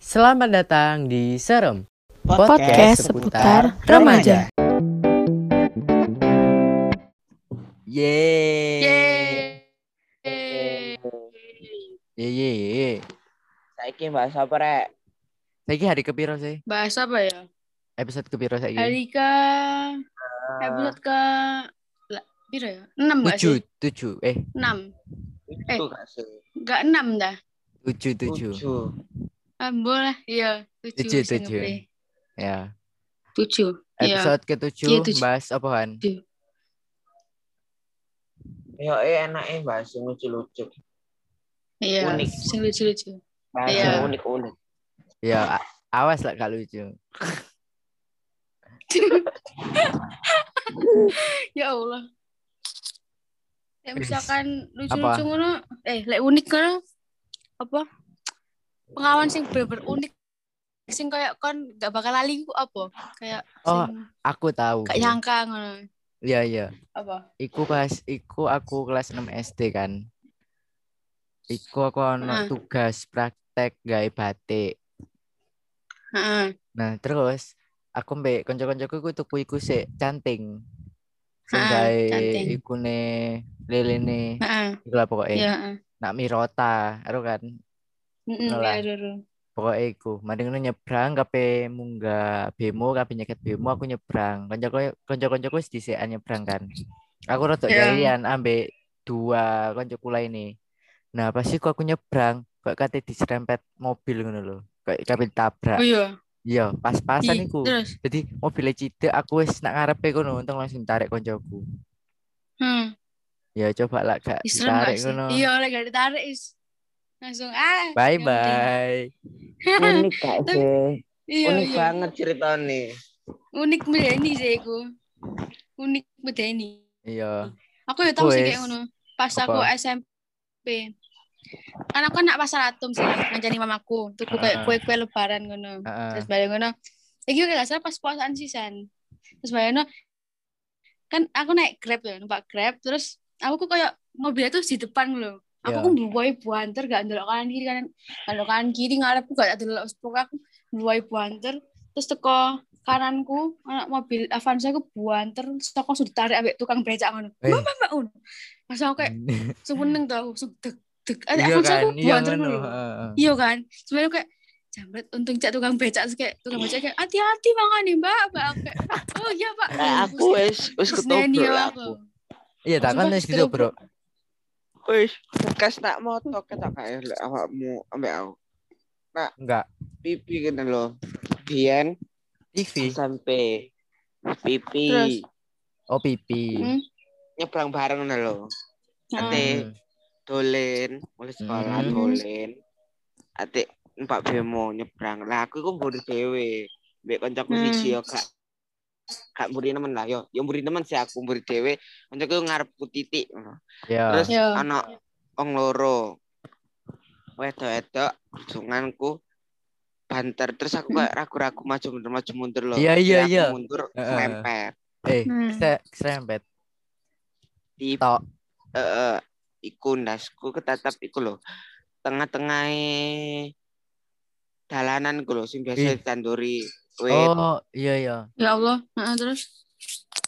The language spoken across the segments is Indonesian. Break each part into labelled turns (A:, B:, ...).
A: Selamat datang di Serem
B: Podcast seputar remaja.
A: Yeay.
C: Yeay.
A: Yeay. Yeay.
B: Saiki bahas apa rek?
A: Saiki hari kepiro sih?
C: Bahas apa ya?
A: Episode kepiro saiki?
C: Hari ke episode eh, ke la- piro ya? 6 enggak sih?
A: 7 7 eh
C: 6. Eh.
B: Itu gak sih?
C: Enggak 6 dah.
A: 7 7.
B: Tujuh.
C: Ah, boleh. Iya, 7.
A: Tujuh, tujuh. Ya.
C: 7. Iya.
A: Episode
C: Iya,
A: ke-7
C: tujuh.
A: bahas apaan?
B: Yo eh enake bahas yang lucu-lucu.
C: Iya.
B: Unik.
C: Sing lucu-lucu.
B: Bahas
C: Iya.
B: yang unik-unik.
A: Ya a- awas lah gak lucu.
C: Ya Allah. Lek misalkan
A: Eh, Apa?
C: lucu-lucu ngono, eh lek unik ngono apa? Pengalaman sing bener unik sing kayak kon gak bakal lali ku apa? Kayak
A: Oh,
C: sing
A: Aku tahu.
C: gak nyangka ngono.
A: Iya, iya.
C: Apa?
A: Iku pas iku aku kelas 6 SD kan. Iku aku ono
C: Heeh.
A: tugas praktek gawe batik.
C: Heeh.
A: Nah, terus aku mbek kanca-kancaku iku tuku iku sik canting. Sing
C: Ah,
A: gawe
C: canting.
A: ikune lelene
C: Heeh.
A: iku lah pokoke.
C: Iya, heeh.
A: Nak mirota, ero kan.
C: Mm-mm,
A: Ngono
C: iya,
A: lah.
C: iya, iya.
A: Pokoke iku, mending nyebrang kape munggah bemo kape nyeket bemo aku nyebrang. Kanca-kanca kanca-kancaku wis dhisekan nyebrang kan. Aku rada
C: Iya.
A: jarian ambek dua kancaku lainnya. Nah, pas iku aku nyebrang, kok kate diserempet mobil ngono lho. Kayak kabeh tabrak.
C: Oh iya.
A: Iya, pas-pasan
C: Di-
A: iku.
C: Terus.
A: Jadi mobilnya cedek aku wis nak ngarepe kono untung langsung tarik koncoku.
C: Hmm.
A: Ya coba lah gak
C: Ih, serem gak
A: ditarik
C: sih?
A: kono.
C: Iya, oleh gak ditarik is. Langsung ah.
A: Bye
C: ya udah.
A: bye.
B: Unik gak sih?
C: Iya,
B: Unik
C: iya.
B: banget ceritanya.
C: Unik medeni sih aku. Unik medeni.
A: Iya.
C: Aku ya tau sih
A: Wes.
C: kayak ngono. Pas
A: Apa?
C: aku SMP. Kan aku nak pasar atom sih ngancani mamaku. Tuku
A: Ah.
C: kayak kue-kue lebaran ngono.
A: Heeh.
C: terus bareng ngono iki gak salah pas puasaan sisan terus bareng ngono kan aku naik grab ya numpak grab terus aku kok kayak mobilnya tuh di depan lho aku
A: Iya.
C: kok buai buanter gak ndelok kanan kiri kanan ndelok kanan kiri ngarep aku gak ndelok sepuk aku buai buanter terus teko kananku anak mobil Avanza aku buanter terus aku langsung ditarik ambek tukang becak ngono
A: Eh.
C: mama mbak ngono langsung aku kayak semeneng tau langsung deg deg
A: Iya
C: Avanza
A: kan,
C: aku
A: iya
C: buanter
A: ngono.
C: ngono lho. Iya kan? Sebenarnya kayak jambret untung cak tukang becak terus kayak tukang becak kayak hati-hati mangan nih mbak mbak Aku kayak oh iya pak
B: Nah, aku wis wis ketoprak lah aku.
A: Iya, tak kan
C: Sumpah,
A: wis gitu, Bro.
B: Wis bekas tak moto ketok kae lek awakmu ambek aku.
A: Enggak.
B: Pipi kene lho. Biyen
A: TV,
B: sampai
C: Terus?
B: pipi
A: oh pipi.
C: Hmm.
B: nyebrang bareng ngono lho.
C: Nah,
B: Ate
A: Hmm.
B: dolen mulai sekolah
A: Mhm.
B: dolen atik numpak bemo nyebrang lah aku iku mburi dhewe mbek kancaku
C: Hmm.
B: siji yo gak gak mburi nemen lah yo yo mburi nemen sih aku mburi dhewe kancaku ngarepku titik ngono.
A: Iya.
B: terus
C: Yo.
B: ana wong loro wedok-wedok sunganku banter terus aku kayak ragu-ragu maju mundur maju mundur loh
A: Iya, iya,
B: Aku
A: iya.
B: mundur
A: Heeh.
B: mepet
A: Eh,
C: Hmm.
A: se- serempet.
B: di
A: Tok.
B: eh iku ndasku ketatap iku lho. Tengah-tengahe dalanan iku lho sing biasa
A: Ih.
B: ditanduri wit.
A: Oh, iya iya.
C: ya Allah Nah, terus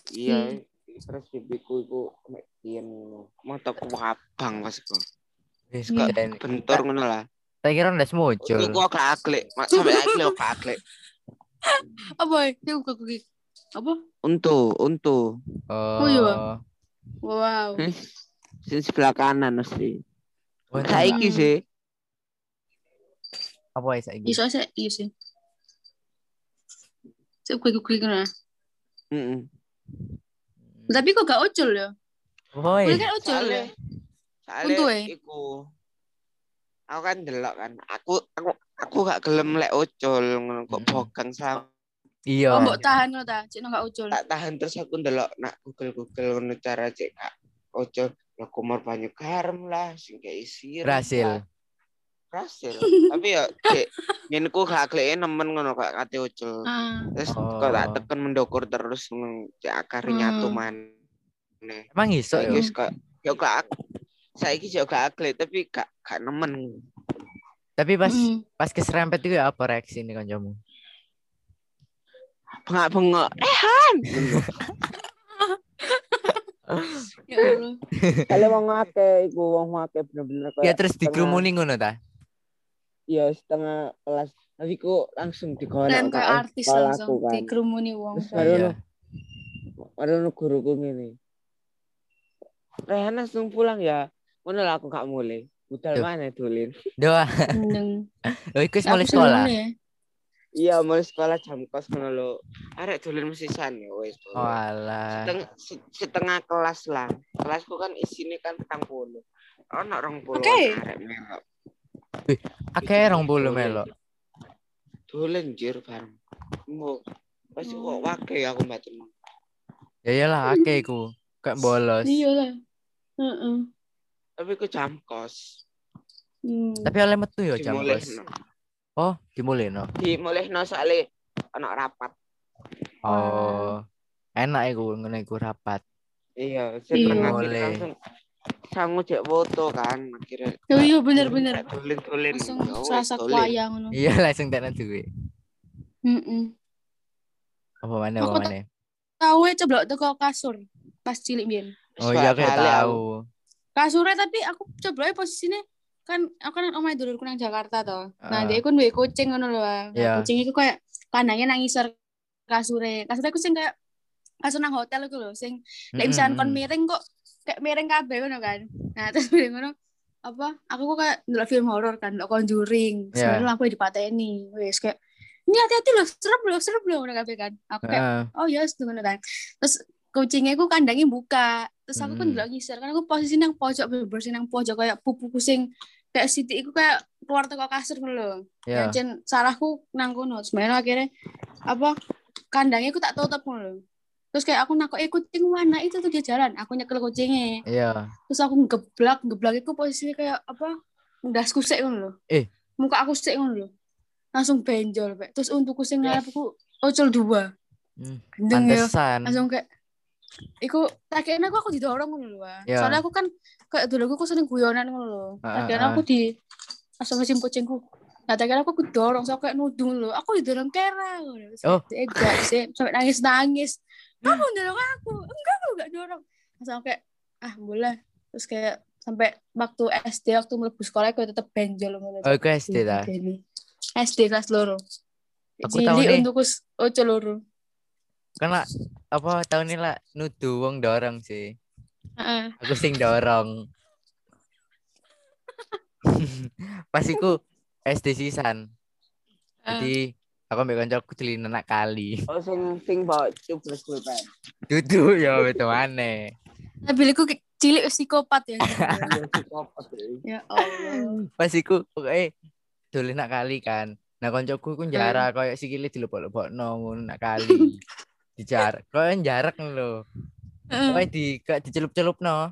B: Iya.
A: hmm.
B: Terus bibiku iku mek yen ngono. Motoku abang pas iku.
A: Wis
C: Iya.
A: kok ini.
B: Bentur ngono lah.
A: Tak kira ndas
B: Iku
A: muncul.
B: kok gak aklik, Mak, sampe aklik kok gak aklik.
C: apa itu aku kaki apa
B: Untu, untu.
A: Oh.
C: iya. wow
A: Hmm.
B: Sing sebelah kanan mesti.
A: Oh, enggak.
B: Saiki
C: Hmm.
B: sih.
A: Apa ya saiki?
C: iso sih iya sih Cek kue kue kena.
B: Heeh.
C: nah. Tapi kok gak ucul ya?
A: Woi.
C: Kue kan ucul ya? Untu, eh?
B: Soale iku. Aku kan delok kan. Aku aku aku gak gelem lek ocol ngono kok
A: Mm-mm.
B: bogang sam.
A: Iya.
C: Oh, mbok tahan lo ta, cek gak ucul.
B: Tak tahan terus aku delok nak Google-Google ngono cara cek kak ocol. Ya kumur banyu garam lah sing kayak isi.
A: Berhasil.
B: Berhasil. Tapi ya cek ngenku gak kleke nemen ngono kok kate ocol.
C: Ah,
B: Terus
A: Oh.
B: kok tak teken mendokur terus ngono cek akar
C: Hmm.
B: nyatu maneh.
A: Emang iso
B: Saiki
A: ya?
B: wis kok yo gak ak- saiki yo gak akli tapi gak gak nemen.
A: Tapi pas
C: Mm.
A: pas keserempet itu ya apa reaksi nih kancamu?
D: Bengak-bengok.
A: Eh,
C: Ya Allah.
B: Kale wong akeh iku wong akeh bener-bener
A: Ya
B: kayak
A: terus dikerumuni ngono ta?
B: ya setengah kelas. Tapi ku langsung digolek
C: Kalian kayak
B: Kak,
C: artis
B: sekolah
C: langsung
B: aku kan.
C: dikerumuni wong.
B: Terus baru
A: Iya.
B: baru nu guruku ngene. Rehan langsung pulang ya. Ngono lah aku gak mulai. Budal
A: Duh.
B: mana dolin.
A: Doa.
C: Neng.
A: Oh, iku wis mulai
C: Aku
A: sekolah.
C: seneng ya.
B: Iya, mulai sekolah
D: Jam kos ngono lho. Arek dolen mesisan ya wis.
A: Oh, alah.
D: Seteng- se- setengah kelas lah. Kelasku kan isine kan 40. Ono 20
C: Oke.
D: arek melok.
A: Akeh 20 melok.
D: Dolen jir bareng. Mu. Wis kok
A: Hmm.
C: Oh.
D: wake aku mbatemu.
A: Ya iyalah akeh iku. Kayak bolos.
C: Iya lah. Heeh.
D: Tapi ku jam kos.
C: Hmm.
A: Tapi oleh metu ya jam
D: Dimulai-
A: bos. Oh, dimulai no.
D: Dimulai no soalnya ono rapat.
A: Oh. Enak iku ngono iku rapat.
D: Iya, setengah
A: Iya.
D: kiri
A: Boleh.
D: langsung sangu cek foto kan akhirnya. Ya
C: Yo yo bener-bener.
D: Tulen tulen.
C: iya, Langsung ya. serasa kuaya ngono.
A: Iya, langsung tenan duwe.
C: Heeh.
A: Apa mana
C: Aku
A: apa
C: tak-
A: mana?
C: Tahu ya coba teko kasur pas cilik biyen.
A: Oh iya aku tahu.
C: kasurnya tapi aku coba posisinya kan aku kan omah dulurku nang Jakarta toh.
A: Ah.
C: Nah, dia kan duwe kucing ngono lho. Bang. Nah,
A: Iya.
C: Kucing itu kayak kandangnya nang ngisor kasure. Kasure aku sing kayak kasur nang hotel iku lho sing
A: Hmm,
C: nek bisa kon
A: Mm-mm.
C: miring kok kayak miring kabeh ngono kan. Nah, terus miring ngono apa aku kok kayak ndelok film horor kan, ndelok Conjuring.
A: Iya.
C: Sebenarnya aku ya dipateni. Wes kayak ini hati-hati loh, serem loh, serem loh ngono kabeh kan. Aku kayak
A: hmm, Heeh.
C: oh ya yes, ngono kan terus kucingnya aku kandangnya buka terus aku pun
A: Hmm.
C: ndelok ngisor kan aku posisi nang pojok bener nang pojok kayak pupuku sing kayak sitik iku kayak keluar teko kasur ngono lho
A: Iya.
C: yeah. salahku nang kono sebenarnya akhirnya apa kandangnya aku tak tutup ngono lho terus kayak aku nakok eh kucing mana itu tuh dia jalan aku nyekel kucingnya
A: Iya.
C: terus aku geblak geblak itu posisinya kayak apa ndasku sik ngono lho
A: Eh.
C: muka aku sik ngono lho langsung benjol Pak. terus untukku sing ngarep aku ocol dua
A: Hmm,
C: gendeng ya
A: Pantesan.
C: langsung kayak iku tagihan aku aku didorong ngono lho. Wak.
A: Ya.
C: Soalnya aku kan kayak dulu aku sering guyonan ngono lho.
A: Ah,
C: Tagihan
A: ah,
C: aku di langsung mesin kucingku. Nah, tagihan aku aku dorong so kayak nudung lho. Aku didorong kera ngono. Terus
A: Oh. Hmm.
C: dia gak sih sampai nangis-nangis. Kamu dorong aku. Enggak, aku gak dorong. Langsung kayak ah, boleh. Terus kayak sampai waktu SD waktu mlebu sekolah aku tetep benjol ngono.
A: Oh, iku SD ta.
C: Didideni. SD kelas loro.
A: Aku
C: Cilik
A: tahunya-
C: untuk us- ojo loro.
A: Kan lah apa tahun ini lah nudu wong dorong sih.
C: Heeh.
A: Aku sing dorong. Pas iku SD sisan.
C: Ah.
A: Jadi aku ambil kancaku celina nak kali.
B: Oh sing sing bawa cubes pulpen.
A: Duduk ya betul mana.
C: Nabilku ki- Nah, cilik psikopat ya.
B: Iya, psikopat, eh.
C: ya Allah.
A: Pas iku pokoknya dolen nak kali kan. Nah kancaku ku
C: Hmm.
A: jarak koyo sikile dilebok-lebokno ngono nak kali. Dijarak, koyo jarak lho.
C: Hmm.
A: Kowe di kayak dicelup-celupno.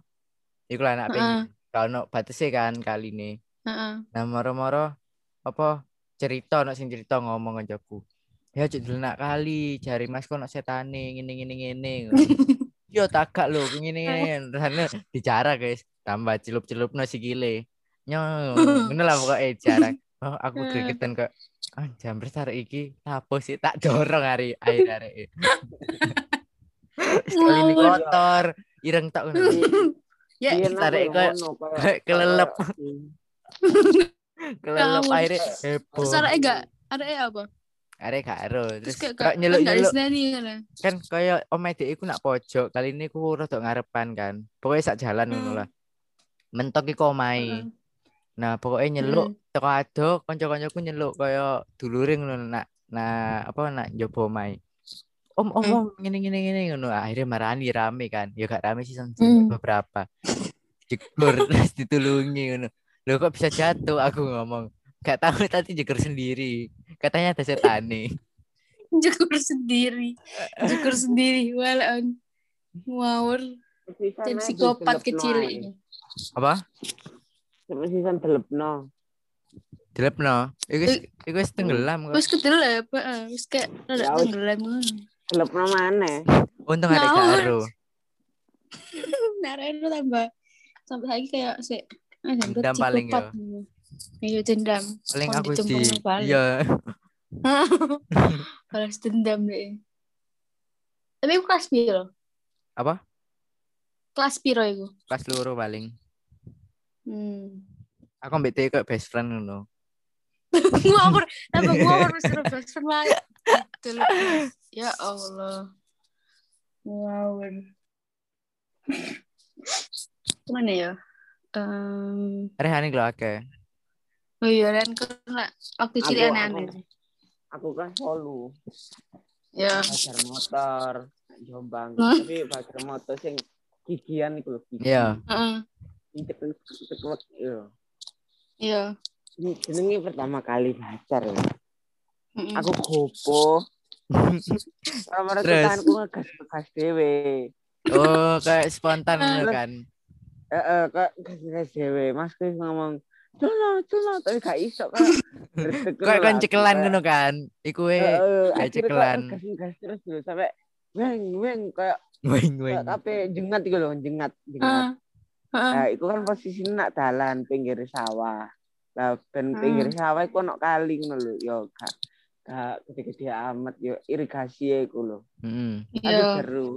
A: Iku lah nak
C: Heeh.
A: ping. Kalau batese kan kali ini.
C: Heeh.
A: Nah, moro-moro apa cerita ono sing cerita ngomong kancaku. Ya cek nak kali jari Mas kok ono setane ngene ngene ngene. Yo tagak lho ngene ngene. Rasane dijarak guys. Tambah celup-celupno sikile. Nyo, ngono lah pokoke jarak. Oh, aku
C: Hmm.
A: gregetan kok. Ah, jambret arek iki lapo sih tak dorong hari air arek. e." Sekali ini
C: Ngawur.
A: kotor, ireng tok ngono.
C: Ya,
B: Iya,
A: tarik
B: aku
A: ke-
B: ngono, kayak-
A: kelelep.
B: kayak-
A: Kelelep
C: Hmm, Ngawur.
A: aire heboh.
C: terus arek gak arek ya apa?
A: Arek karo.
C: Terus
A: Terus
C: kayak
A: kok
C: gak gak
A: nyeluk-nyeluk
C: diseneni ngono.
A: kan kaya omae dhek iku nak pojok kali ini ku rodok ngarepan kan pokoknya sak jalan ngono
C: Hmm.
A: lah mentok iku omae
C: Heeh.
A: nah pokoknya nyeluk
C: Hmm.
A: teko ado kanca-kancaku nyeluk kaya dulure ngono nak nah apa nak njobo omae om om
C: Hmm.
A: om ngene ngene ngene ngono akhirnya marani rame kan ya gak rame sih sing
C: Hmm.
A: beberapa jegur terus ditulungi ngono lo kok bisa jatuh aku ngomong gak tahu tadi jegur sendiri katanya ada setane
C: Jekur sendiri. Jekur sendiri. Walaan. Ngawur.
B: Sisan
C: Tim
B: aja
C: psikopat
B: didelep
C: kecil
B: no,
C: ini.
A: apa
B: eh. Sisan delepno.
A: Dilepno. Iku
C: Eh.
A: wis- iku wis tenggelam kok.
C: Wis kedelep, heeh. Wis kayak rada
B: Ya, wis.
C: tenggelam ngono.
B: Delepno maneh.
A: Untung ada
C: Ngawur.
A: karo.
C: Nah, arek lu tambah sampai lagi kayak sik ah, jambret
A: Dendam paling
C: psikopat. Iya dendam.
A: Paling
C: Kon
A: aku di
C: dicemplung nang balik.
A: iya
C: Balas dendam deh. Tapi aku kelas piro?
A: Apa?
C: Kelas piro iku?
A: kelas loro paling.
C: Hmm.
A: Aku ambek dia kayak best friend ngono.
C: gua over, tapi gua over seru best friend lah. Gitu loh. Ya Allah. Wow. Gimana ya? Um,
A: Rehane lho akeh.
C: oh iya, Ren, kena waktu
B: Aku-
C: cilik aneh-aneh.
B: aku- Aku kelas bolu.
C: Ya,
B: Pacar motor. Jombang.
C: Hah?
B: Tapi pacar motor sing gigian itu loh. gigi.
A: Iya.
C: heeh,
B: Injek- injek wek, iya.
C: iya.
B: Ini jenenge pertama kali pacar ya.
C: heeh.
B: Aku gopo. Orang-orang
A: Terus?
B: tekan aku ngegas-ngegas dewe.
A: Oh, kayak spontan ngono
B: Terus-
A: kan.
B: Eh, eh, kok ngegas-ngegas dewe. Mas Kris ngomong, Culo, culo, tapi gak iso kan.
A: Kayak kan cekelan ngono kan. Iku we ya cekelan.
B: Gas terus dulu sampai weng weng kayak
A: weng weng.
B: kayak apa jengat gitu loh, jengat, jengat.
C: Heeh. Heeh.
B: Nah, itu kan posisi nak dalan pinggir sawah. Lah ben
C: Hmm.
B: pinggir sawah iku ono kali ngono lho, yo gak gak gede-gede amat yo irigasi ya iku lho.
A: Heeh.
B: Aduh
C: Iya.
B: seru.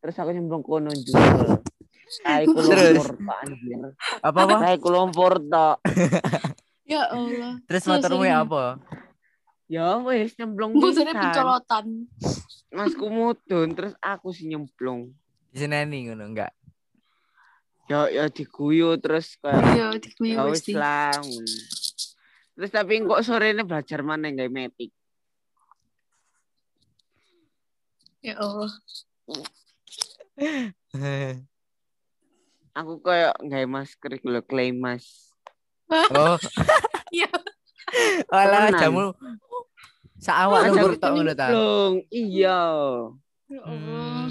B: Terus aku nyemplung kono juga. Lah iku
A: Terus?
B: lumpur tok anjir.
A: Apa apa?
B: Lah iku lumpur tok.
C: Ya Allah.
A: Terus
C: Terus
A: motormu
C: ini.
A: ya apa?
B: Ya wis nyemplung
C: Gue jadi
B: pisan.
C: pencolotan.
B: Masku mudun terus aku sih nyemplung.
A: Diseneni ngono enggak?
B: Ya ya diguyu terus kayak
C: Iya, dikmi
B: Ya wis
C: mesti.
B: lah. Terus tapi kok sore ini belajar mana nggak metik?
C: Ya Allah.
B: Aku kayak nggak masker gitu loh, clay mask.
A: oh.
C: Iya.
A: Alah
B: Temenan.
A: jamu saawak lembur
B: aku
A: tok ngono ta.
B: nyemplung. Iya.
C: Ya
A: Hmm.
C: Allah.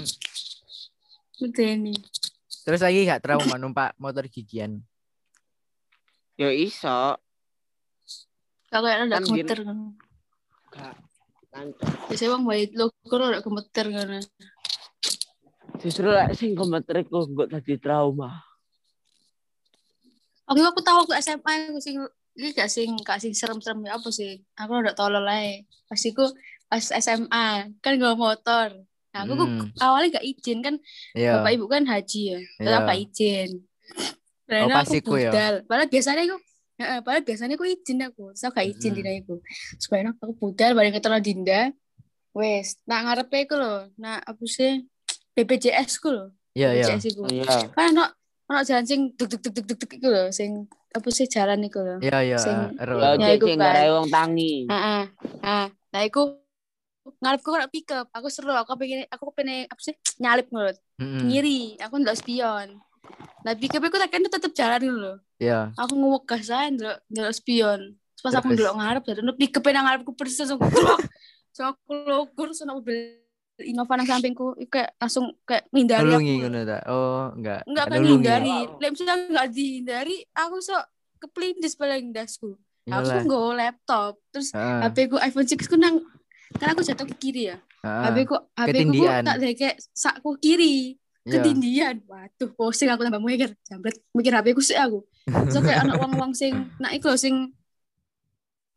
C: Medeni.
A: Terus lagi gak trauma numpak motor gigian.
B: Ya iso.
C: Kalau yang ada
B: Kan
C: gemeter kan.
B: Kan
C: Biasanya bang bayi lo kalau ada gemeter kan.
B: Justru lah sing komentar iku nggak tadi trauma.
C: Oke, aku tahu aku SMA aku sing ini gak sing gak sing serem-serem ya apa sih? Aku udah tolol ae. Pas iku pas SMA kan gak motor. Nah, aku
A: Hmm.
C: awalnya gak izin kan
A: Iya.
C: bapak ibu kan haji ya.
A: Iya.
C: Tetap gak izin. Karena
A: pas
C: aku
A: iku ya?
C: budal. Padahal biasanya aku Heeh, padahal biasanya aku izin aku. Saya gak izin
A: Mm-mm.
C: dina iku. Sebenarnya aku budal bareng ketemu Dinda. Wes, nak ngarepe iku lho. Nak apa sih? BPJS ku lho.
A: Iya iya.
C: BPJS iku
B: Iya.
C: kan ono ono jalan sing duk duk duk duk duk duk iku lho sing apa sih jalan iku lho
A: Iya iya.
C: Sing-
A: ero,
B: Ya
A: ero.
C: Ya, iku
B: cek sing
C: kan.
B: nggak wong tangi.
C: heeh ah nah iku ngarepku kok pick up aku seru aku pengen aku pengen apa sih nyalip ngono
A: Mm-mm.
C: ngiri aku ndelok spion nah pick up iku tak kene tetep jalan dulu lho
A: Iya.
C: aku ngomong gas ae ndelok ndelok spion Terus pas aku
A: Terus?
C: ndelok ngarep dari ono pick up nang ngarepku persis langsung drok. so aku logur sono mobil Innova nang sampingku iku kayak langsung kayak ngindari
A: Nulungi
C: aku lho.
A: ngono ta. Oh, enggak.
C: Enggak
A: Gak
C: kan
A: nulungi.
C: dihindari. Lek misalnya enggak dihindari, aku sok keplindis paling dasku. Aku
A: Iyalah. Ah,
C: nggak laptop, terus
A: Heeh,
C: HP ku iPhone 6 ku nang karena aku jatuh ke kiri ya.
A: heeh.
C: HP ku HP ku ku
A: Ah. Ketindian.
C: tak kayak sakku kiri.
A: Iya.
C: Ketindian. Waduh, pusing aku tambah mikir, jambret mikir HP ku sih aku. So kayak anak uang-uang sing nak iku lho, sing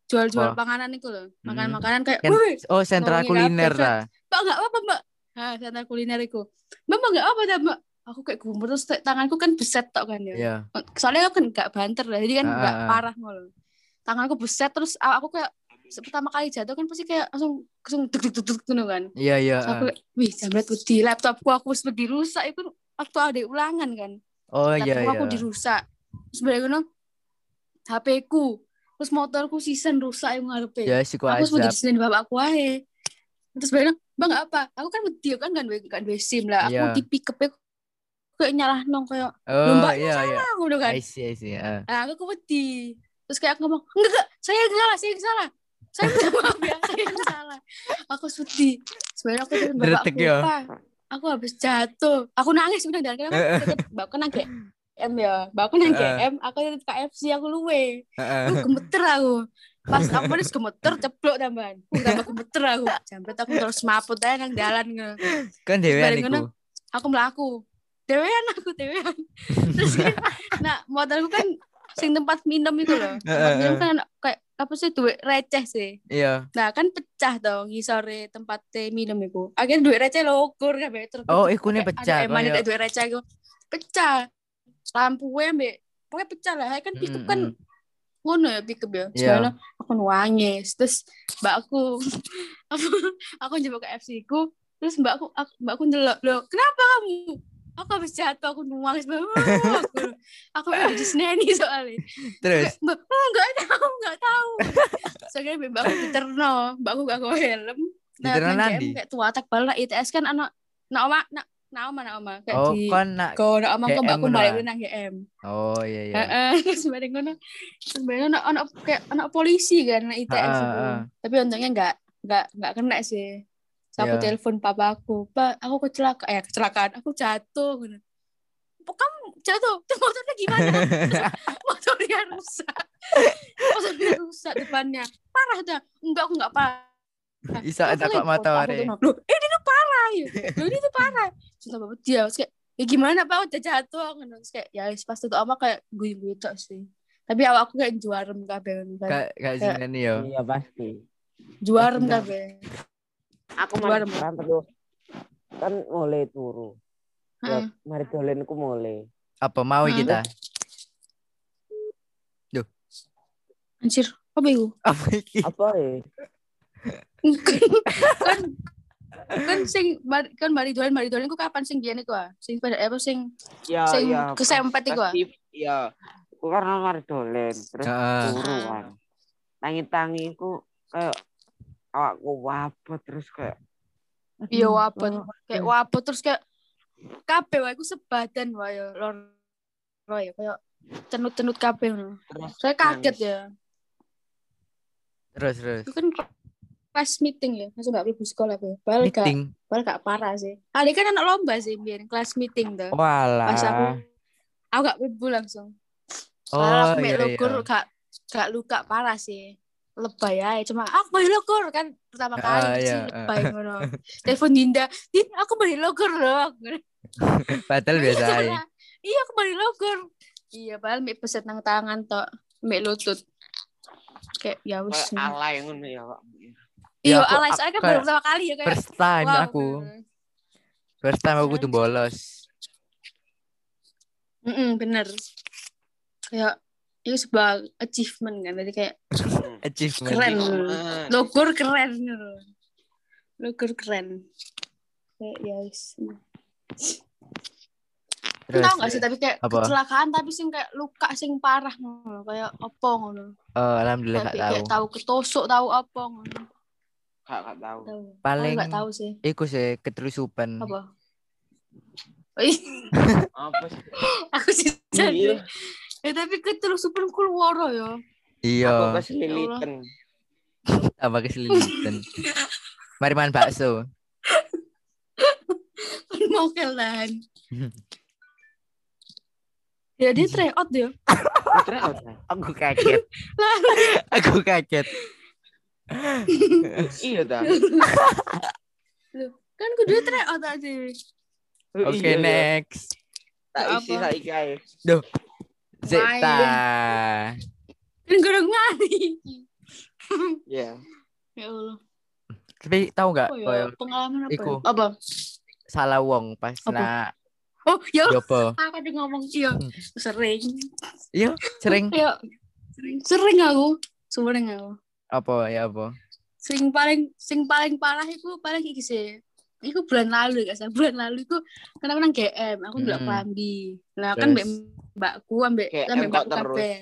C: jual-jual
A: Apa?
C: panganan iku loh. Makan-makanan kayak,
A: Hmm. Ken-
C: "Woi,
A: Oh, sentra
C: Nulungi
A: kuliner
C: kabeh,
A: ta.
C: Mbak nggak apa Mbak. Ha, sana kulineriku. Mbak Mbak nggak apa dah Mbak. Aku kayak gumpur terus tanganku kan beset tok kan ya.
A: Iya.
C: Soalnya aku kan nggak banter lah, jadi kan
A: Ah,
C: nggak
A: ah, ah.
C: parah ngono. Tanganku beset terus a- aku kayak se- pertama kali jatuh kan pasti kayak langsung langsung deg deg deg deg ngono kan.
A: Iya, iya.
C: Terus aku
A: heeh.
C: kayak, wih jambret di laptopku aku wis dirusak itu waktu ada ulangan kan.
A: Oh, iya
C: Laptopku
A: iya.
C: aku dirusak. Terus bareng ngono HP ku, terus motorku season rusak yang ngarepe
A: Ya, siku
C: aku
A: azab.
C: sempat disinin bapakku ae terus bilang bang nggak apa aku kan wedi kan kan kan duwe SIM lah aku
A: Iya.
C: di pick up kayak nyalah nong kayak
A: Oh,
C: Lombaknya
A: iya iya.
C: aku udah kan
A: I see, I see. ah. heeh.
C: nah, aku wedi terus kayak aku ngomong enggak enggak saya yang salah saya yang salah saya minta maaf ya saya yang salah aku wedi sebenarnya aku tuh
A: Dretek
C: bapakku
A: ya.
C: "Pak, aku habis jatuh aku nangis udah dan karena aku tetep- bapakku nang GM ya bapakku nang
A: Eh.
C: GM aku tetep KFC aku luwe
A: Heeh.
C: Aku gemeter aku. Pas aku manis gemeter, ceplok tambahan. Aku tambah gemeter aku. Jambret aku terus maput aja nang dalan. ngono.
A: Kan dhewean
C: bareng
A: iku.
C: ngono. Aku melaku. Dewean aku, dewean. Terus kan, nah motorku kan sing tempat minum itu loh. Tempat minum kan ana kayak apa sih duit receh sih.
A: Iya.
C: Nah, kan pecah dong ngisore tempat teh minum iku. Akhirnya duit receh logur kabeh terus.
A: Oh, ikune
C: Kayak
A: pecah,
C: Ada emane
A: kayak-
C: duit receh iku. Pecah. Lampunya mbek pokoknya pecah lah. Kan pickup kan
A: Mm-mm.
C: ngono ya pickup ya.
A: Iya.
C: Soalnya aku nangis terus mbakku aku aku njebok ke FC ku terus mbakku aku, mbakku ndelok, "Loh, kenapa kamu?" Aku habis jatuh, aku nangis. "Mbak, Aku aku habis neni soalnya.
A: Terus
C: Mbak, "Oh, nggak tahu, nggak tahu. Soalnya mbak aku diterno, mbak aku gak go helm. Nah,
A: Diterno
C: nang
A: nandi?
C: DM kayak tua tak bala ITS kan anak nak oma nak nak oma nak oma kayak
A: oh
C: di
A: kon nak
C: Kau nak omah kok Eh,
A: GM
C: mbak aku
A: ngono
C: balik
A: lah.
C: nang GM.
A: Oh iya iya.
C: Heeh, terus bareng ngono. Sebenarnya anak anak kayak anak polisi kan anak ITS
A: Heeh,
C: itu.
A: heeh.
C: Tapi untungnya enggak enggak enggak kena sih. So, aku
A: Iya.
C: telepon papa aku, "Pak, aku kecelakaan, eh kecelakaan, aku jatuh." Gitu. "Kok kamu jatuh? Tuh motornya gimana? motornya rusak. Motornya rusak depannya. Parah dah. Enggak, aku enggak parah.
A: Iso
C: Aku
A: ada kok
C: lihat
A: mata
C: foto aku
A: wari.
C: tuh, Loh, ini tuh parah. ya. Loh, ini tuh parah. Terus bapak dia terus kayak, ya gimana pak udah jatuh. Terus kayak, ya wis, pas tutup ama kayak guyu-guyu tok sih. Tapi awak aku kayak juarem kabeh.
A: Gak gak zinani yo.
B: Iya pasti.
C: Juarem kabeh.
B: Aku
C: Luar
B: mari kan terus kan mulai turu.
C: Mm.
B: Ya, mari dolen ku mulai.
A: Apa mau
C: Hmm.
A: kita?
C: Anjir, apa itu?
A: Apa iki?
B: Apa e? ya?
C: kan kan sing mari- kan mari dolan mari dolan ku kapan sing biyen iku ah? Sing pada apa sing
B: Ya,
C: sing
B: ya.
C: kesempet iku ah?
B: Aktif, ya. Aku karena mari dolen terus
A: Heeh.
B: turu
C: Ah.
B: kan. Tangi-tangi ku kayak awakku wabot terus kayak
C: Iya
A: Hmm,
B: aduh,
C: wabot.
B: oh,
C: Kayak wabot terus kayak kabeh wae iku sebadan wae ya, lor. Lor ya kayak cenut-cenut kabeh ngono.
B: Terus
C: Saya kaget ya.
A: Terus terus.
C: Itu kan kelas meeting ya, langsung gak perlu sekolah gue. Padahal gak,
A: Meeting.
C: padahal gak parah sih. Ah, dia kan anak lomba sih, biar kelas
A: Oh,
C: meeting tuh. Pas aku,
A: Walah.
C: aku gak bebu langsung.
A: ah.
C: Padahal
A: Oh
C: aku
A: iya
C: mek
A: iya.
C: lukur gak, gak luka parah sih. Lebay aja, cuma aku beli lukur kan pertama
A: Ah,
C: kali
A: iya,
C: sih
A: ah.
C: lebay ngono. Telepon Dinda, Din aku beli lukur loh. Aku ngono.
A: Padahal biasa ae.
C: Iya aku beli lukur. Iya, padahal mek peset nang tangan tok, mek lutut. Kayak ya
B: kayak
C: wis.
B: alay ngono ya, Pak.
A: Ya,
C: Iya,
A: aku-
C: alay soalnya kan baru
A: kayak-
C: pertama kali ya kayak.
A: First time
C: wow,
A: aku.
C: bener.
A: First time aku tuh bolos.
C: Mm-mm, bener. Kayak itu sebuah achievement kan. Jadi kayak
A: Achievement.
C: keren. Logur keren. gitu. Logur keren. Kayak ya wis. Kan
A: Terus.
C: Tau gak sih tapi kayak
A: Apa?
C: kecelakaan tapi sing kayak luka sing parah ngono. Kayak apa ngono.
A: Oh, alhamdulillah gak
C: Tapi
A: tahu.
C: kayak tahu ketusuk tahu apa ngono.
B: Kak gak tahu.
C: Tahu.
A: Paling
C: Aku gak tahu sih.
A: iku sih ketelusupan.
C: Apa? Ih,
B: Apa sih?
C: aku sih
B: Iya.
C: jadi. Ya tapi ketelusupan kulworo
B: Aku
C: ya.
A: Iya,
B: keselilitan.
A: apa keselilitan. Mari makan bakso.
C: mau kelan. ya dia try out dia.
B: Putra apa?
A: Aku kaget. Aku kaget.
B: Iya ta.
C: Kan kudu dia try out
A: Oke,
C: aja.
B: Iya, iya.
A: next.
B: Tak isi
C: Apa?
B: saiki ae.
A: Zeta.
C: Kan kurang ngari.
B: Ya.
C: Ya Allah.
A: Tapi tahu nggak
C: Oh,
A: koyo
C: ya. Pengalaman apa? ya?
A: Iku.
C: Apa?
A: salah wong pas
C: Apa?
A: nak
C: Oh, ya Allah.
A: jopo.
C: Aku udah ngomong iya. Sering.
A: Iya, sering
C: Iya. Sering. Sering aku. Sering aku.
A: apa ya apa?
C: Sing paling sing paling parah iku paling iki sih. Iku bulan lalu gak salah. Bulan lalu iku kenapa nang GM, aku ndelok
A: Mm-mm.
C: klambi. Nah, kan mbek
A: Terus?
C: mbakku ambek
B: GM
C: ambek
B: kok
C: mbakku
B: terus.
C: kabeh.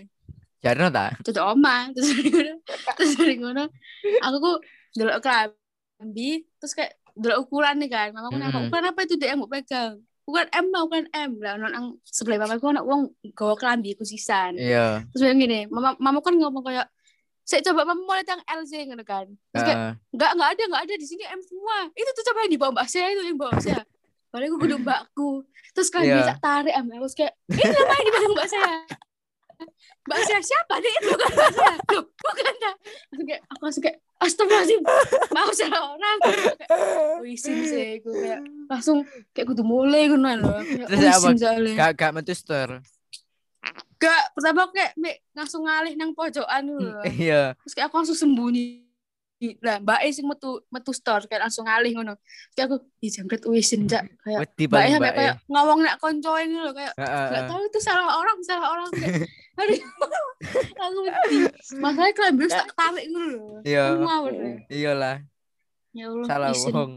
A: Jarno tak?
C: tutup oma terus dari ngono terus dari ngono aku ku delok kelambi terus kayak delok ukuran nih kan mamaku nanya
A: Mm-mm.
C: ukuran apa itu DM mau pegang ukuran M lah ukuran M lah non ang sebelah mamaku anak uang gawa kelambi ku sisan
A: Iya.
C: terus bilang gini mama mamaku kan ngomong kayak saya coba mama mau lihat yang L sih gitu kan terus kayak
A: Heeh.
C: nggak nggak ada nggak ada di sini M semua itu tuh coba yang dibawa mbak saya itu yang bawa saya Padahal aku kudu mbakku. Terus kan
A: Iya.
C: bisa tarik ambil aku terus kayak, ini apa yang dipegang mbak saya? Mbak saya siapa? Dia itu bukan mbak saya. Loh, bukan dah. Aku kayak, aku langsung kayak, astagfirullahaladzim. Maaf salah orang. Aku isin sih. ya, Aku kayak, langsung kayak kudu mulai. Aku nanya loh. Aku kayak,
A: Terus apa?
C: isin soalnya.
A: Gak gak metu store.
C: gak pertama aku kayak mek, langsung ngalih nang pojokan dulu loh.
A: Iya.
C: terus kayak aku langsung sembunyi lah mbak E sing metu metu store kayak langsung ngalih ngono terus kayak aku ih jangkret wisin cak kayak
A: Wedi
C: mbak E
A: paling
C: sampai
A: Hmm. Mbak E.
C: kayak ngomong nak koncoin loh kayak
A: Heeh,
C: Gak
A: heeh.
C: tahu itu salah orang, salah orang. Kayak, Aduh, aku mesti. Masalahnya kalian harus E tak tarik dulu.
A: Iya.
C: Kan ngawur ya.
A: Iyalah,
C: Ya Allah.
A: salah
C: isin.
A: wong.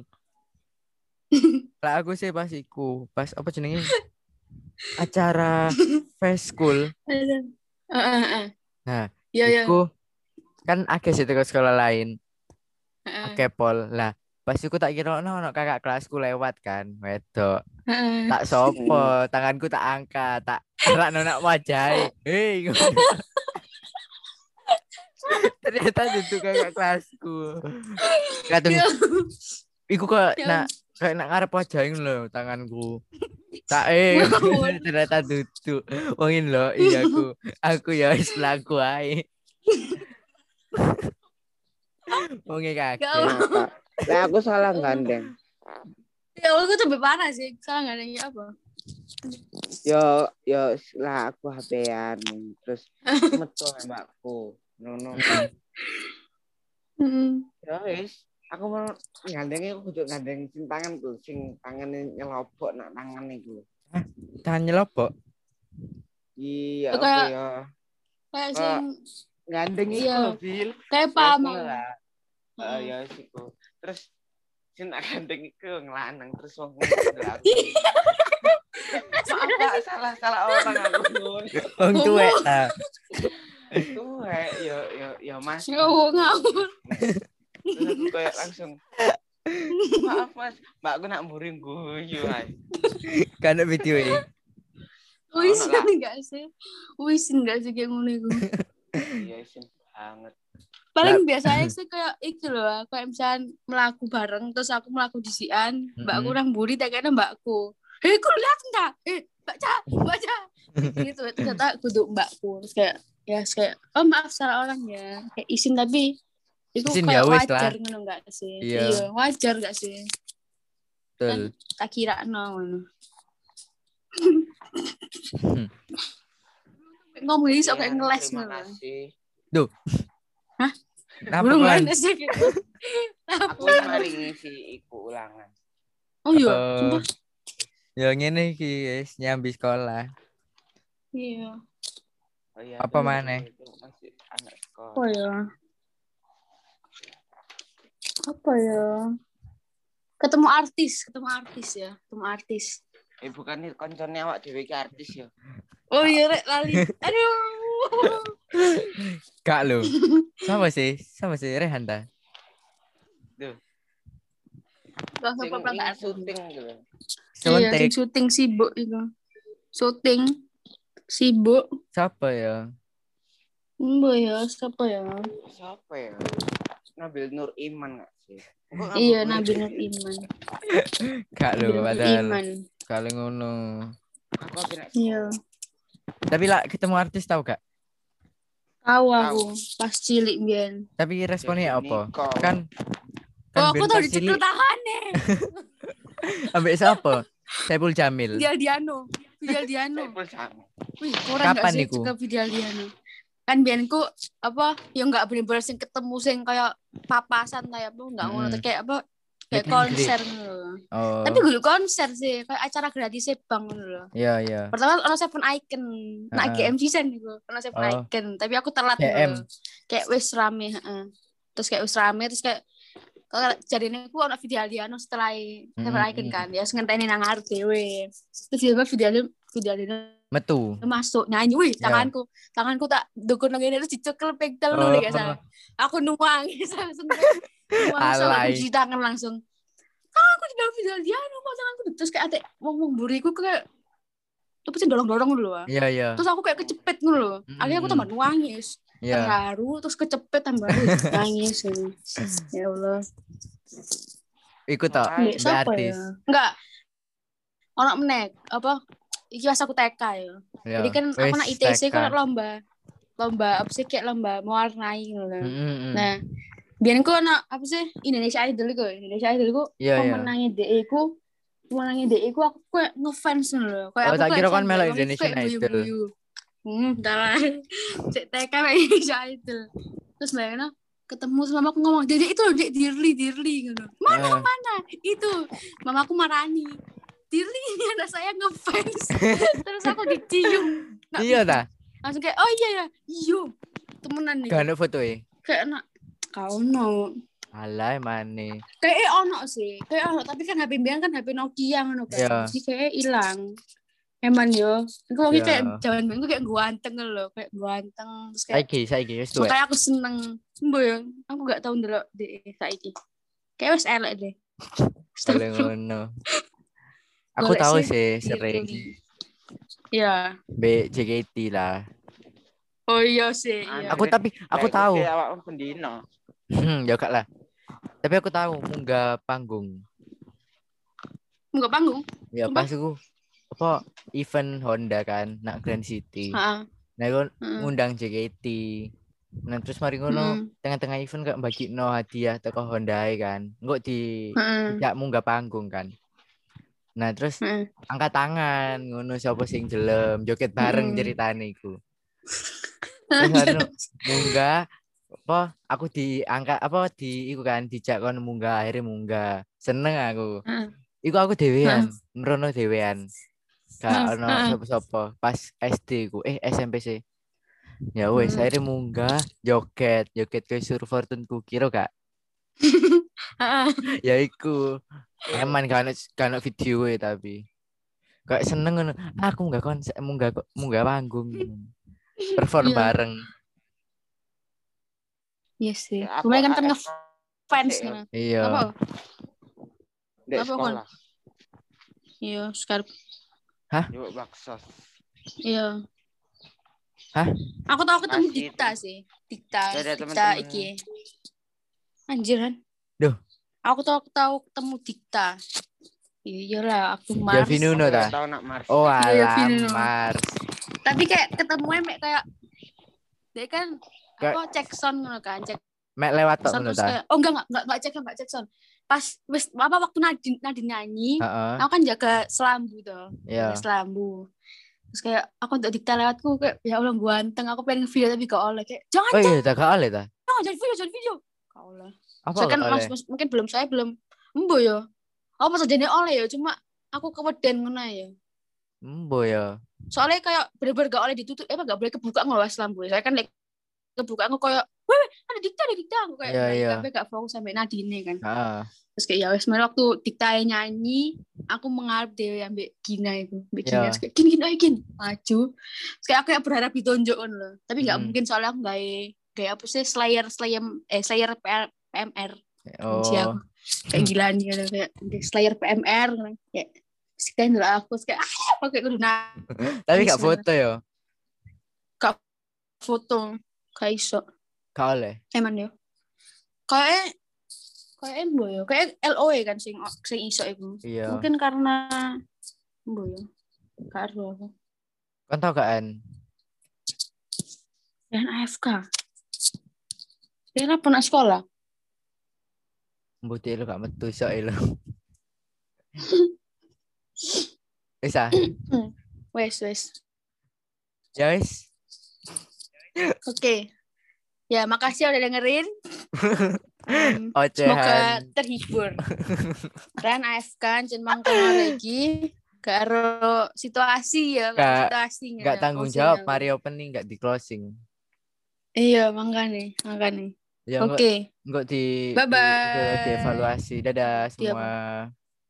A: Lah aku sih pas iku, pas apa jenenge? Acara face school.
C: Aduh. Eh, eh, eh.
A: Nah,
C: Iya, iya.
A: Iku kan akeh sih ke sekolah lain,
C: Eh,
A: akeh pol. Lah, pas iku tak kira ono ono kakak kelasku lewat kan, wedok.
C: eh, eh.
A: Tak sopo, tanganku tak angkat, tak gerak nonak wajah. Hei. ngono. Ternyata itu kakak kelasku. Kadung
C: Ya,
A: iku kok
C: ya.
A: nak kayak nak ngarep wajahin lho tanganku tak eh
C: Ya ampun.
A: ternyata duduk wongin lho iya aku aku ya wis laku ae wonge
C: Ya
A: kaget
C: Allah.
B: Kenapa? Lah aku salah gandeng.
C: Ya Allah, aku tuh lebih parah sih. Salah nggak ada yang apa.
B: Yo yo lah aku HP-an terus metu mbakku. Nono.
C: Mm-mm.
B: Ya wis, aku mau gandengnya aku kudu gandeng sing tanganku sing tangane nyelobok nak tangan iku.
A: tahan nyelobok
B: Iya,
C: Kok
B: apa
C: kayak-
B: ya?
C: Kayak sing,
B: Gandeng iku
C: Iya.
B: lho, Bil.
C: kayak
B: Ya,
C: paham.
B: salah
C: aku. Hmm.
B: lah. Eh,
C: Heeh.
B: ya wis iku. Terus sing nak gandeng iku ngelanang terus wong ngomong aku. Maaf, Pak, salah salah orang aku. Nun.
A: wong
C: Ngomong.
A: tuwek ta
B: Tuwe, yo yo yo Mas.
C: Ya Allah, ngawur.
B: Terus aku kayak langsung Maaf mas, mbak aku nak muring guyu mas.
A: kan ada video ini
C: Wisin nggak sih? Wisin nggak sih kayak ngono iku?
B: Iya isin banget.
A: Lah-
C: paling biasanya sih kayak itu loh kayak misalnya melaku bareng terus aku melaku disian mbakku
A: Mm-mm.
C: orang buri tak kena mbakku hei aku lihat enggak eh mbak Ca, mbak Ca." gitu ternyata kudu mbakku terus kayak ya terus kayak oh maaf salah orang ya kayak izin tapi itu
A: Izin ya,
C: kayak
A: wis
C: wajar ngono enggak sih
A: Iya.
C: wajar enggak sih
A: betul
C: tak kira no ngono ngomong ini sok
B: Iya,
C: kayak ngeles
B: terima
C: ngono
B: kasih.
A: kenapa
C: belum
A: kan
C: ngeles sih gitu
B: Aku maringi si iku ulangan.
C: oh iya
A: Eh,
C: sumpah
A: ya ngene iki guys nyambi sekolah
C: iya
B: Oh, iya,
A: Apa
B: itu-
A: maneh?
B: itu Masih anak sekolah.
C: apa ya apa ya ketemu artis ketemu artis ya ketemu artis
B: Eh bukan nih konconnya awak dewe iki artis ya.
C: oh iya rek lali aduh
A: gak lho sama sih sama sih Rehan ta
C: gak
B: Sing
C: sampai pelan
B: ini syuting gitu. loh.
C: iya sing
A: Sontek
C: syuting sibuk itu syuting sibuk
A: siapa ya
C: Mbak ya, siapa ya?
B: Siapa ya? Nabil Nur Iman gak sih? Kok
C: iya,
B: Nabil Nur
C: Nabi Nur
B: Iman?
C: Iman.
A: gak
C: Nabi
A: lho
C: Nur
A: padahal
C: Iya, Iman.
A: kalau ngono
B: Aku hampir gak
C: Iya.
A: Tapi lah ketemu artis tau gak?
C: Tahu aku pas cilik biyen.
A: Tapi responnya
B: Jadi
A: ya, apa?
B: Nicole.
A: Kan kan
C: Oh, aku
A: Ben
C: tau
A: pas
C: dicekel
A: cilik
C: tahane.
A: ambek siapa? Saiful Jamil.
C: Dia Diano. Dia Diano.
B: Saiful sama.
C: Wih, kurang
A: Kapan
C: gak sih
A: niku?
C: ke video Liano? Kan bianku apa ya nggak bener-bener sing ketemu sing kayak papasan kayak apa nggak ngono
A: Mm-mm.
C: kayak apa kayak
A: Meet and
C: konser ngono.
A: Hmm. Oh.
C: Tapi dulu konser sih kayak acara gratis bang ngono lho.
A: Iya, iya.
C: Pertama ono Seven Icon, nah
A: Heeh.
C: GM season niku, ono Seven
A: Oh.
C: Icon, tapi aku telat ngono
A: GM.
C: lho. Kayak wis rame, heeh. Terus kayak wis rame terus kayak kalau jadi ini aku ono video Liano setelah Seven
A: Mm-mm.
C: Icon kan, ya ngenteni nang arep dhewe. Terus tiba-tiba video Liano- video Liano
A: Metu.
C: masuk nyanyi wih
A: Ya.
C: tanganku tanganku tak dukun lagi terus dicekel pegtel
A: Oh.
C: dulu gak salah aku nuang langsung nuang sama
A: Alay.
C: cuci tangan langsung ah aku di dalam video dia nuang tanganku terus kayak ate wong wong buriku kayak tapi sih dorong dorong dulu ah
A: Iya, iya.
C: terus aku kayak kecepet dulu loh
A: Mm.
C: akhirnya aku tambah nuangis
A: Iya.
C: terharu terus kecepet tambah wih, nangis ini. ya Allah
A: Ikut tok.
B: Ay,
C: Mbak
A: Mbak
C: siapa
A: artis.
C: ya enggak orang menek apa iki pas aku TK ya
A: Iya.
C: jadi kan aku
A: Wes,
C: nak ITC
A: TK.
C: aku nak lomba. Lomba apa sih kayak lomba mewarnai gitu.
A: Mm,
C: loh.
A: mm, mm.
C: Nah, biar aku nak apa sih Indonesia Idol iku. Indonesia Idol iku
A: Iya, iya.
C: pemenangnya DE ku pemenangnya DE ku aku kayak ngefans gitu loh. Kayak
A: Oh,
C: aku
A: tak
C: kayak
A: kira kan
C: sampai
A: melok
C: waktu itu
A: Indonesian
C: kayak
A: Idol.
C: guyu-guyu. Hmm, bentar. Cek TK kayak bisa itu. Terus bayangin ketemu sama mamaku ngomong, "Dedek itu loh, Dek, Dirli, Dirli." Gitu. Mana
A: Eh.
C: mana? Itu. Mamaku marani. Dirli ini anak saya ngefans. Terus aku dicium. Nggak
A: Iya
C: bisa.
A: ta.
C: Langsung kayak, "Oh iya ya, iyo." Temenan nih.
A: Gak ada foto ya.
C: Kayak enak. Kau no.
A: Alay mana.
C: Kayak ono sih, kayak ono tapi kan HP mbiyen kan HP Nokia ngono
A: Iya.
C: kan. Jadi kayak ilang. Eman yo. Iku lagi
A: Iya.
C: kayak jaman minggu kayak ganteng lho, kayak ganteng terus kayak
A: Saiki, saiki wis tuwek.
C: makanya aku seneng. Mbo yo, aku gak tau ndelok di saiki. Kayak wes elek deh.
A: Oleh ngono. Aku
C: Golek
A: tahu
C: sih,
A: sih
C: Gitu.
A: sering
C: Iya.
A: B JKT lah.
C: Oh iya sih. Iya.
A: Aku tapi aku
B: Kayak
A: tahu.
B: Kayak awakmu pendino.
A: Hmm, ya gak lah. Tapi aku tahu munggah panggung.
C: Muka panggung.
A: Ya
C: Apa?
A: pas aku apa event Honda kan, nak Grand City.
C: Heeh.
A: Nah, aku
C: heeh.
A: ngundang JKT. Nah, terus mari ngono
C: Mm,
A: tengah-tengah event gak bagi no hadiah teko Honda kan. Enggak di
C: heeh,
A: tidak munggah panggung kan. Nah, terus
C: Hmm, heeh.
A: angkat tangan ngono siapa sing jelem, joget bareng
C: Mm.
A: ceritane iku. Terus ngono munggah apa aku diangkat apa di iku kan dijak kon munggah akhirnya munggah. Seneng aku.
C: Heeh.
A: Iku aku dhewean,
C: Hmm.
A: merono dhewean. Gak ono
C: Heeh.
A: sapa-sapa pas SD ku, eh SMP sih. Ya wes
C: Hmm.
A: akhirnya munggah joget, joget ke Sur Fortune ku kira gak?
C: Heeh.
A: ya iku eman kan kan video tapi kayak seneng ngono aku nggak konser munggah munggah panggung perform
C: Iya.
A: bareng
C: Iya sih.
B: Apa-
C: Kemudian kan kan
B: apa-
C: ngefans.
B: Iya.
C: nah.
A: iya
C: Apa?
B: Dek
C: Apa, Kon?
B: sekolah.
C: Iya, sekarang.
B: Yuk bakso.
C: Iya.
A: Hah?
C: Aku tau ketemu
B: Masih.
C: Dikta sih. Dikta,
B: Dadah,
C: Dikta
B: teman-teman.
C: iki. Anjiran.
A: Duh.
C: Aku tau tau ketemu Dikta. Iyalah, aku
A: Ya,
C: Mars.
A: Vinu. Nuno ta?
B: Tahu nak Mars.
A: oh
C: Iya, Vino.
A: alamar
C: Tapi kayak ketemu mek kayak dia kan
A: Kayak-
C: apa cek sound ngono kan, cek
A: mek lewat tok
C: sound
A: ngono
C: terus
A: ta
C: kayak oh enggak enggak enggak, enggak cek enggak cek sound. Pas wis apa waktu Nadine Nadine nyanyi,
A: heeh
C: aku kan jaga selambu tuh.
A: iya
C: Terus lambu. Terus kayak aku untuk dikta lewatku kayak ya Allah ganteng aku pengen video tapi gak oleh kayak jangan
A: oh iya tak oleh ta
C: jangan jangan video jangan video. Gak oleh.
A: apa
C: Saya kan
A: gak oleh
C: mas, mas- mungkin belum saya belum embo ya. Aku pas jadi oleh ya cuma aku keweden ngono ya.
A: embo ya
C: Soalnya kayak bener-bener gak oleh ditutup eh apa gak boleh kebuka ngeluas lambu. Saya kan like, kebuka aku kayak weh ada dikta ada dikta aku kayak
A: Iya,
C: naik
A: iya.
C: sampai gak fokus sampai Nadine kan.
A: heeh
C: Terus kayak ya wes mari waktu dikta nyanyi aku mengarep dhewe ambek Gina itu, ambek
A: Iya.
C: Gina Terus kayak gini gini ayo gini maju. Terus kayak aku kayak berharap ditonjok ngono loh. Tapi nggak
A: Hmm.
C: mungkin soalnya aku gak gaya apa sih Slayer Slayer eh Slayer PR, PMR.
A: oh
C: Benci aku. Kayak gila nih kan kayak di Slayer PMR kan. kayak terus kayak ndelok aku terus kayak ah, aku kayak kudu nang
A: tapi
C: Terus
A: gak
C: ngono.
A: foto ya
C: foto kayak iso.
A: gak oleh
C: Emang yo. Kayak kayak mbo yo, kayak LOE kan sing sing iso iku.
A: iya
C: Mungkin karena ya, mbo yo. Karo aku.
A: kan tau gak an
C: Dan AFK. Dia apa nak sekolah?
A: Mbuti lu gak metu iso e lu. Wis ah,
C: Wes wes.
A: ya wis.
C: Oke. Ya makasih udah dengerin. Um,
A: Ocehan.
C: Semoga terhibur. Dan AFK jeneng kono lagi karo situasi ya,
A: Nggak-
C: situasinya. Oh,
A: Gak tanggung jawab, mari opening gak di closing.
C: Iya, makanya, makanya.
A: Ya
C: Oke.
A: enggak enggak di
C: Bye-bye.
A: di- di- dievaluasi. Dadah
C: Iya.
A: semua.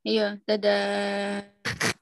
C: Iya, dadah.